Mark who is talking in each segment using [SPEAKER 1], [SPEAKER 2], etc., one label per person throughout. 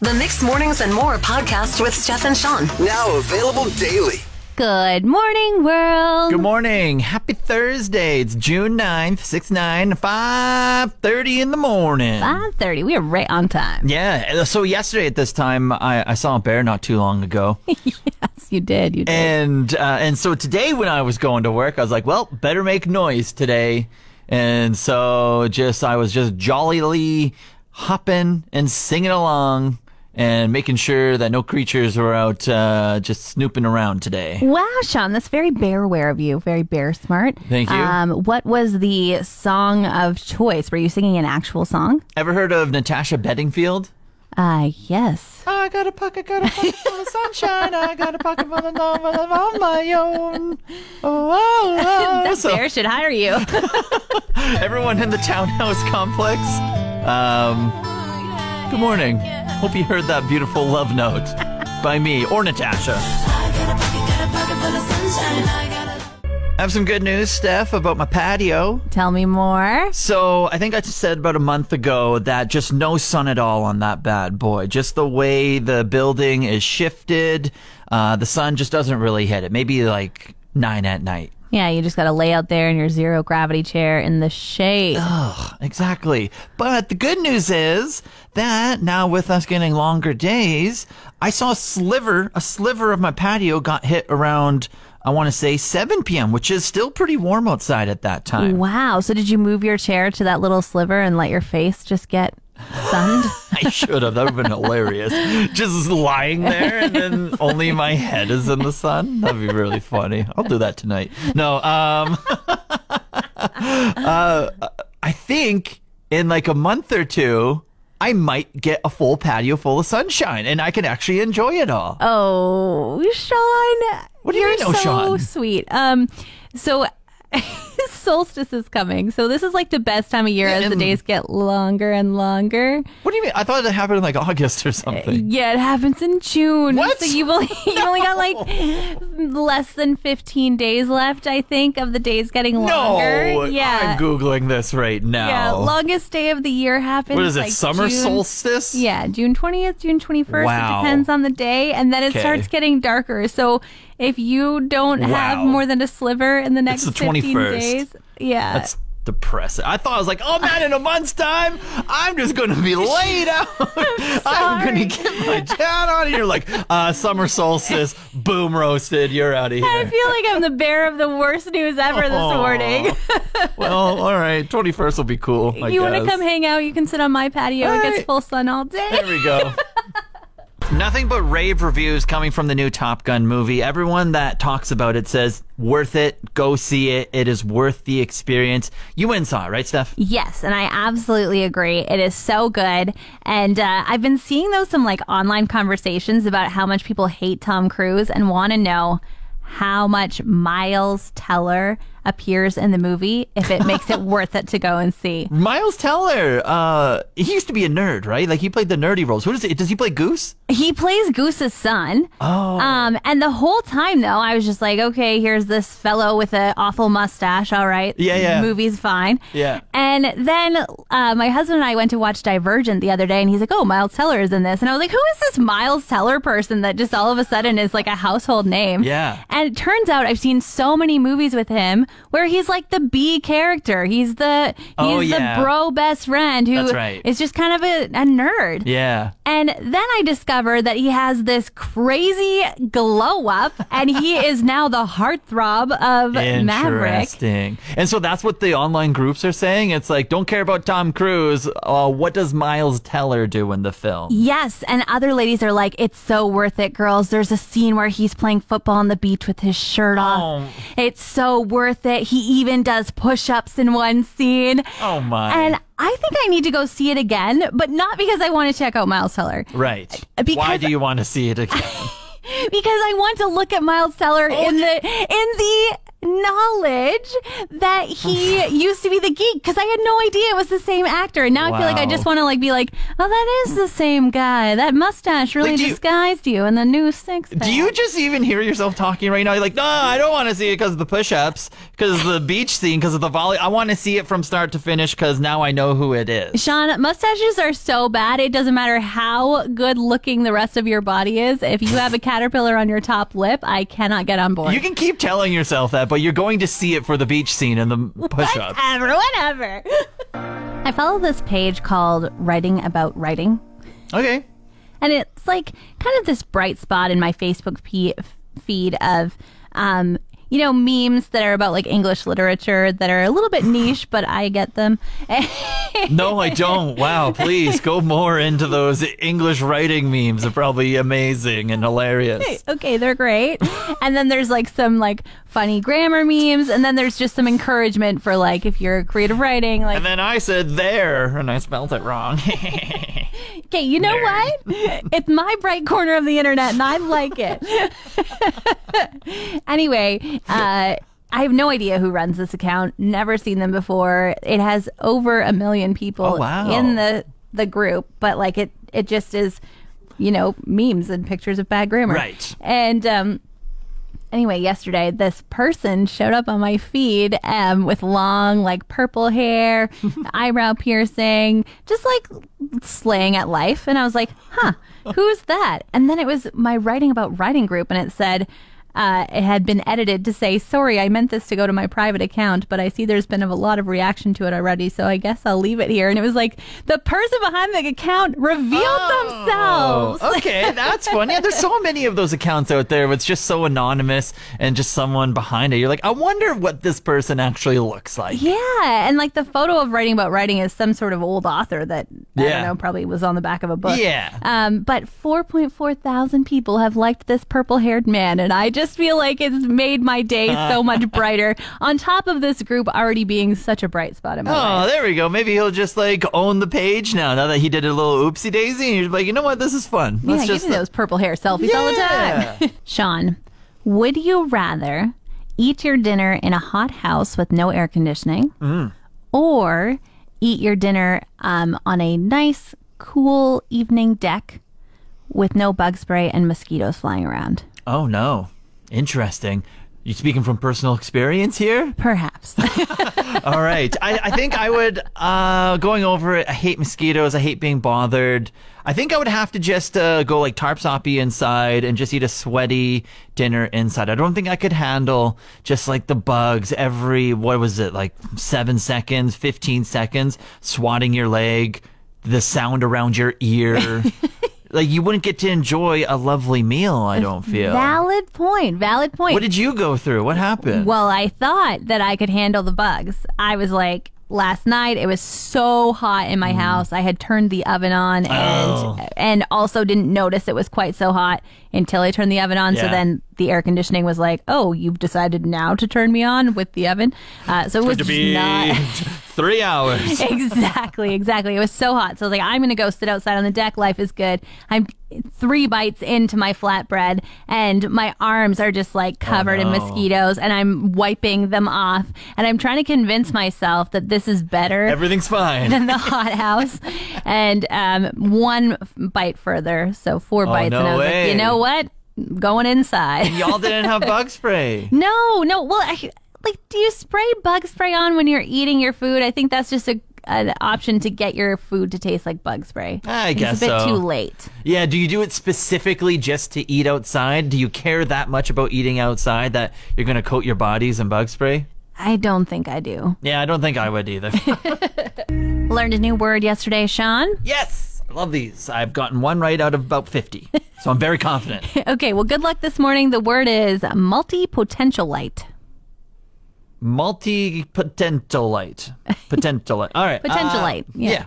[SPEAKER 1] The Mixed Mornings and More podcast with Steph and Sean.
[SPEAKER 2] Now available daily.
[SPEAKER 3] Good morning, world.
[SPEAKER 4] Good morning. Happy Thursday. It's June 9th, 6 9, 5 30 in the morning.
[SPEAKER 3] 5.30. We are right on time.
[SPEAKER 4] Yeah. uh, So, yesterday at this time, I, I saw a bear not too long ago.
[SPEAKER 3] Yes, you did. You did.
[SPEAKER 4] and uh, and so today, when I was going to work, I was like, well, better make noise today. And so, just I was just jollily hopping and singing along and making sure that no creatures were out uh, just snooping around today.
[SPEAKER 3] wow, Sean, that's very bearware of you. Very bear smart.
[SPEAKER 4] Thank you.
[SPEAKER 3] Um, what was the song of choice? Were you singing an actual song?
[SPEAKER 4] Ever heard of Natasha Bedingfield?
[SPEAKER 3] Uh, yes.
[SPEAKER 4] I got a pocket, got a pocket full of sunshine. I got a pocket full of love of my own. Oh, oh, oh.
[SPEAKER 3] That
[SPEAKER 4] So
[SPEAKER 3] bear should hire you.
[SPEAKER 4] everyone in the townhouse complex, um, good morning. Hope you heard that beautiful love note by me or Natasha. I have some good news, Steph, about my patio.
[SPEAKER 3] Tell me more.
[SPEAKER 4] So I think I just said about a month ago that just no sun at all on that bad boy. Just the way the building is shifted, uh, the sun just doesn't really hit it. Maybe like nine at night.
[SPEAKER 3] Yeah, you just got to lay out there in your zero gravity chair in the shade.
[SPEAKER 4] Exactly. But the good news is that now with us getting longer days, I saw a sliver, a sliver of my patio got hit around, I want to say 7 p.m., which is still pretty warm outside at that time.
[SPEAKER 3] Wow. So did you move your chair to that little sliver and let your face just get sunned?
[SPEAKER 4] I should have. That would have been hilarious. Just lying there and then only my head is in the sun. That'd be really funny. I'll do that tonight. No, um uh, I think in like a month or two I might get a full patio full of sunshine and I can actually enjoy it all.
[SPEAKER 3] Oh, Sean.
[SPEAKER 4] What do you
[SPEAKER 3] are
[SPEAKER 4] mean, oh,
[SPEAKER 3] so
[SPEAKER 4] Sean?
[SPEAKER 3] sweet. Um, so solstice is coming. So this is like the best time of year as the
[SPEAKER 4] and-
[SPEAKER 3] days get longer and longer.
[SPEAKER 4] What do you mean? I thought it happened in like August or something.
[SPEAKER 3] Yeah, it happens in June.
[SPEAKER 4] What?
[SPEAKER 3] So you've only, you've only got like less than 15 days left, I think, of the days getting longer.
[SPEAKER 4] No,
[SPEAKER 3] yeah.
[SPEAKER 4] I'm googling this right now.
[SPEAKER 3] yeah, longest day of the year happens.
[SPEAKER 4] what is it?
[SPEAKER 3] like,
[SPEAKER 4] summer
[SPEAKER 3] June-
[SPEAKER 4] solstice?
[SPEAKER 3] Yeah, June 20th, June 21st.
[SPEAKER 4] Wow.
[SPEAKER 3] It depends on the day. And then it
[SPEAKER 4] Okay.
[SPEAKER 3] starts getting darker. So if you don't have
[SPEAKER 4] Wow.
[SPEAKER 3] more than a sliver in the next
[SPEAKER 4] the
[SPEAKER 3] 15
[SPEAKER 4] 21st.
[SPEAKER 3] days, yeah.
[SPEAKER 4] That's depressing. I thought I was like, oh man, in a month's time, I'm just going to be laid out. I'm,
[SPEAKER 3] sorry.
[SPEAKER 4] going to get my chat on. And you're like, uh, summer solstice, boom roasted. You're out of here.
[SPEAKER 3] I feel like I'm the bearer of the worst news ever this
[SPEAKER 4] Aw.
[SPEAKER 3] morning.
[SPEAKER 4] well, all right, 21st will be cool. I
[SPEAKER 3] you want to
[SPEAKER 4] guess.
[SPEAKER 3] come hang out? You can sit on my patio. It
[SPEAKER 4] Alright.
[SPEAKER 3] gets full sun all day.
[SPEAKER 4] There we go. Nothing but rave reviews coming from the new Top Gun movie. Everyone that talks about it says, worth it. Go see it. It is worth the experience. You went and saw it, right, Steph?
[SPEAKER 3] Yes, and I absolutely agree. It is so good. And uh, I've been seeing those some like online conversations about how much people hate Tom Cruise and want to know how much Miles Teller appears in the movie if it makes it worth it to go and see.
[SPEAKER 4] Miles Teller, uh, he used to be a nerd, right? Like he played the nerdy roles. What is it? Does he play Goose?
[SPEAKER 3] He plays Goose's son. Oh. Um and the whole time though I was just like, okay, here's this fellow with an awful mustache, all right.
[SPEAKER 4] Yeah, yeah.
[SPEAKER 3] Movie's fine.
[SPEAKER 4] Yeah.
[SPEAKER 3] And then uh, my husband and I went to watch Divergent the other day, and he's like, "Oh, Miles Teller is in this," and I was like, "Who is this Miles Teller person that just all of a sudden is like a household name?"
[SPEAKER 4] Yeah.
[SPEAKER 3] And it turns out I've seen so many movies with him where he's like the B character. He's the he's
[SPEAKER 4] Oh, yeah.
[SPEAKER 3] the bro best friend who
[SPEAKER 4] That's
[SPEAKER 3] is
[SPEAKER 4] right.
[SPEAKER 3] just kind of a, a nerd.
[SPEAKER 4] Yeah.
[SPEAKER 3] And then I discovered that he has this crazy glow up, and he is now the heartthrob of Maverick.
[SPEAKER 4] Interesting. And so that's what the online groups are saying. It's like, don't care about Tom Cruise. Uh, what does Miles Teller do in the film?
[SPEAKER 3] Yes, and other ladies are like, it's so worth it, girls. There's a scene where he's playing football on the beach with his shirt off.
[SPEAKER 4] Oh.
[SPEAKER 3] It's so worth it. He even does push ups in one scene.
[SPEAKER 4] Oh my.
[SPEAKER 3] And I think I need to go see it again, but not because I want to check out Miles Teller.
[SPEAKER 4] Right.
[SPEAKER 3] Because-
[SPEAKER 4] Why do you want to see it again?
[SPEAKER 3] because I want to look at Miles Teller
[SPEAKER 4] Oh,
[SPEAKER 3] in the in the knowledge that he used to be the geek because I had no idea it was the same actor and now I feel like I
[SPEAKER 4] Wow.
[SPEAKER 3] just want to like be like oh that is the same guy that mustache really
[SPEAKER 4] Like, do you-
[SPEAKER 3] disguised you and the new six pack."
[SPEAKER 4] Do you just even hear yourself talking right now? You're like, no, I don't want to see it because of the push-ups, because of the beach scene, because of the volley. I want to see it from start to finish because now I know who it is.
[SPEAKER 3] Sean, mustaches are so bad. It doesn't matter how good looking the rest of your body is. If you have a caterpillar on your top lip, I cannot get on board.
[SPEAKER 4] You can keep telling yourself that, but you're going to see it for the beach scene and the push-ups.
[SPEAKER 3] Whatever, whatever. I follow this page called Writing About Writing.
[SPEAKER 4] Okay.
[SPEAKER 3] and it's like kind of this bright spot in my Facebook pe- feed of, um, you know, memes that are about like English literature that are a little bit niche, but I get them.
[SPEAKER 4] No, I don't. Wow, please go more into those English writing memes. They're probably amazing and hilarious.
[SPEAKER 3] okay, they're great. and then there's like some like funny grammar memes, and then there's just some encouragement for like if you're creative writing, like
[SPEAKER 4] And then I said there, and I spelled it wrong.
[SPEAKER 3] Okay, you know what? It's my bright corner of the internet, and I like it. anyway, uh, I have no idea who runs this account. Never seen them before. It has over a million people
[SPEAKER 4] Oh, wow.
[SPEAKER 3] in the the group, but like it, it just is, you know, memes and pictures of bad grammar.
[SPEAKER 4] Right.
[SPEAKER 3] And um, anyway, yesterday this person showed up on my feed um, with long, like purple hair, eyebrow piercing, just like slaying at life. And I was like, huh, who's that? And then it was my writing about writing group, and it said, uh, it had been edited to say, sorry, I meant this to go to my private account, but I see there's been a lot of reaction to it already, so I guess I'll leave it here. And it was like, the person behind the account revealed themselves.
[SPEAKER 4] Oh, okay, that's fun. Yeah, there's so many of those accounts out there. where It's just so anonymous and just someone behind it. You're like, I wonder what this person actually looks like.
[SPEAKER 3] Yeah, and like the photo of writing about writing is some sort of old author that I
[SPEAKER 4] Yeah.
[SPEAKER 3] don't know probably was on the back of a book.
[SPEAKER 4] Yeah.
[SPEAKER 3] Um, but 4.4 thousand people have liked this purple-haired man, and I just feel like it's made my day so much brighter. On top of this group already being such a bright spot in my life.
[SPEAKER 4] Oh, there we go. Maybe he'll just like own the page now. Now that he did a little oopsie daisy, and he's like, you know what? This is fun.
[SPEAKER 3] Yeah, give
[SPEAKER 4] just
[SPEAKER 3] me those purple hair selfies all the time. Sean, would you rather eat your dinner in a hot house with no air conditioning
[SPEAKER 4] Mm.
[SPEAKER 3] or eat your dinner um, on a nice, cool evening deck with no bug spray and mosquitoes flying around?
[SPEAKER 4] Oh no, interesting. You speaking from personal experience here?
[SPEAKER 3] Perhaps.
[SPEAKER 4] All right. I, I think I would, uh, going over it, I hate mosquitoes. I hate being bothered. I think I would have to just uh, go like tarpsoppy inside and just eat a sweaty dinner inside. I don't think I could handle just like the bugs every, what was it, like seven seconds, 15 seconds, swatting your leg, the sound around your ear. like you wouldn't get to enjoy a lovely meal, I don't feel.
[SPEAKER 3] valid point. Valid point.
[SPEAKER 4] what did you go through? What happened?
[SPEAKER 3] Well, I thought that I could handle the bugs. I was like, last night it was so hot
[SPEAKER 4] Mm.
[SPEAKER 3] in my house. I had turned the oven on and
[SPEAKER 4] Oh.
[SPEAKER 3] and also didn't notice it was quite so hot until I turned the oven on. So
[SPEAKER 4] Yeah.
[SPEAKER 3] then the air conditioning was like, "Oh, you've decided now to turn me on with the oven." Uh, so it was
[SPEAKER 4] to
[SPEAKER 3] just
[SPEAKER 4] be
[SPEAKER 3] not
[SPEAKER 4] three hours.
[SPEAKER 3] exactly, exactly. It was so hot. So I was like, I'm going to go sit outside on the deck. Life is good. I'm three bites into my flatbread and my arms are just
[SPEAKER 4] Oh,
[SPEAKER 3] like covered in mosquitoes and I'm wiping them off. And I'm trying to convince myself that this is better
[SPEAKER 4] Everything's fine.
[SPEAKER 3] than the hothouse. and um, one f- bite further. So four bites.
[SPEAKER 4] Oh, no
[SPEAKER 3] and I was
[SPEAKER 4] way.
[SPEAKER 3] like, you know what? Going inside.
[SPEAKER 4] Y'all didn't have bug spray.
[SPEAKER 3] No, no. Well, I, like, do you spray bug spray on when you're eating your food? I think that's just a an option to get your food to taste like bug spray.
[SPEAKER 4] I
[SPEAKER 3] It's
[SPEAKER 4] guess
[SPEAKER 3] a bit
[SPEAKER 4] so.
[SPEAKER 3] too late.
[SPEAKER 4] Yeah, do you do it specifically just to eat outside? Do you care that much about eating outside that you're going to coat your bodies in bug spray?
[SPEAKER 3] I don't think I do.
[SPEAKER 4] Yeah, I don't think I would either.
[SPEAKER 3] Learned a new word yesterday, Sean.
[SPEAKER 4] yes, I love these. I've gotten one right out of about 50. So I'm very confident.
[SPEAKER 3] Okay, well, good luck this morning. The word is multi-potentialite.
[SPEAKER 4] Multi potentialite. Potentialite. All right. uh,
[SPEAKER 3] Potentialite, yeah.
[SPEAKER 4] yeah.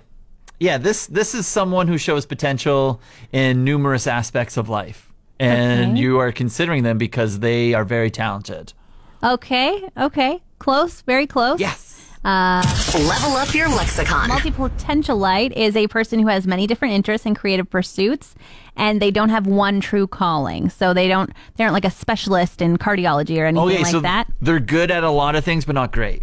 [SPEAKER 4] Yeah, this this is someone who shows potential in numerous aspects of life. And you are considering them because they are very talented.
[SPEAKER 3] Okay, okay, close, very close.
[SPEAKER 4] Yes.
[SPEAKER 1] Level up your lexicon.
[SPEAKER 3] Multipotentialite is a person who has many different interests and creative pursuits, and they don't have one true calling. So they don't they aren't like a specialist in cardiology or anything
[SPEAKER 4] Okay,
[SPEAKER 3] like
[SPEAKER 4] Oh, so
[SPEAKER 3] that.
[SPEAKER 4] they're good at a lot of things, but not great.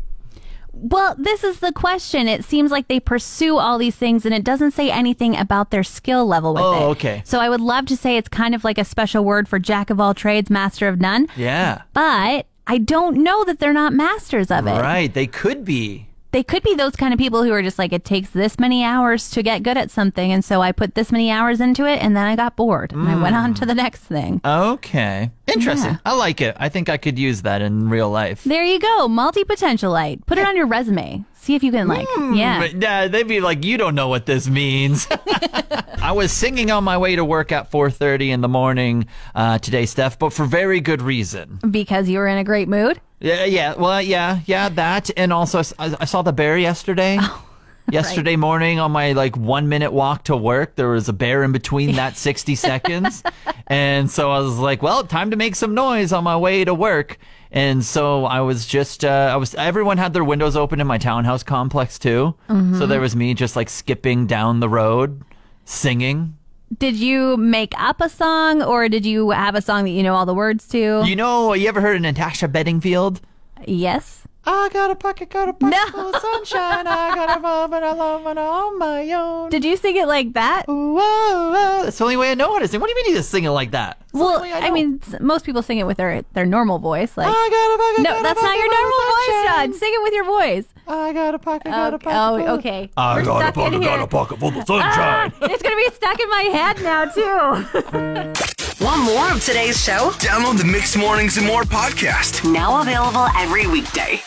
[SPEAKER 3] Well, this is the question. It seems like they pursue all these things, and it doesn't say anything about their skill level with it.
[SPEAKER 4] Oh, okay.
[SPEAKER 3] So I would love to say it's kind of like a special word for jack of all trades, master of none.
[SPEAKER 4] Yeah.
[SPEAKER 3] But I don't know that they're not masters of it.
[SPEAKER 4] Right. They could be.
[SPEAKER 3] they could be those kind of people who are just like it takes this many hours to get good at something and so i put this many hours into it and then i got bored and i went on to the next thing
[SPEAKER 4] Okay. Interesting.
[SPEAKER 3] Yeah.
[SPEAKER 4] I like it. I think I could use that in real life.
[SPEAKER 3] there you go multi-potentialite put it on your resume see if you can like
[SPEAKER 4] Hmm.
[SPEAKER 3] yeah
[SPEAKER 4] But nah, they'd be like, "You don't know what this means." I was singing on my way to work at 4:30 in the morning uh, today, Steph, but for very good reason.
[SPEAKER 3] because you were in a great mood
[SPEAKER 4] Yeah, yeah, well, yeah, yeah, that, and also I, I saw the bear yesterday. Yesterday morning on my like one minute walk to work, there was a bear in between that 60 seconds. And so I was like, well, time to make some noise on my way to work. And so I was just, uh, I was, everyone had their windows open in my townhouse complex too. So there was me just like skipping down the road singing.
[SPEAKER 3] did you make up a song or did you have a song that you know all the words to
[SPEAKER 4] You know, you ever heard of Natasha Bedingfield?
[SPEAKER 3] yes
[SPEAKER 4] I got a pocket, got a pocket
[SPEAKER 3] No.
[SPEAKER 4] full of sunshine. I got a moment alone and on my own.
[SPEAKER 3] did you sing it like that
[SPEAKER 4] Whoa, whoa. That's the only way I know how to sing. What do you mean you just sing it like that? It's the
[SPEAKER 3] well
[SPEAKER 4] only way
[SPEAKER 3] i
[SPEAKER 4] know.
[SPEAKER 3] mean s- most people sing it with their their normal voice like
[SPEAKER 4] I got a pocket, got
[SPEAKER 3] no
[SPEAKER 4] a
[SPEAKER 3] that's not
[SPEAKER 4] pocket
[SPEAKER 3] your
[SPEAKER 4] full of
[SPEAKER 3] normal voice
[SPEAKER 4] sunshine.
[SPEAKER 3] john sing it with your voice
[SPEAKER 4] I got a pocket, got a
[SPEAKER 3] Okay.
[SPEAKER 4] pocket. full
[SPEAKER 3] Oh,
[SPEAKER 4] of-
[SPEAKER 3] okay.
[SPEAKER 4] I
[SPEAKER 3] We're
[SPEAKER 4] got a
[SPEAKER 3] stuck in
[SPEAKER 4] pocket, got
[SPEAKER 3] here.
[SPEAKER 4] a pocket full of
[SPEAKER 3] Ah,
[SPEAKER 4] sunshine.
[SPEAKER 3] it's gonna be stuck in my head now too.
[SPEAKER 1] Want more of today's show?
[SPEAKER 2] Download the Mixed Mornings and More podcast.
[SPEAKER 1] Now available every weekday.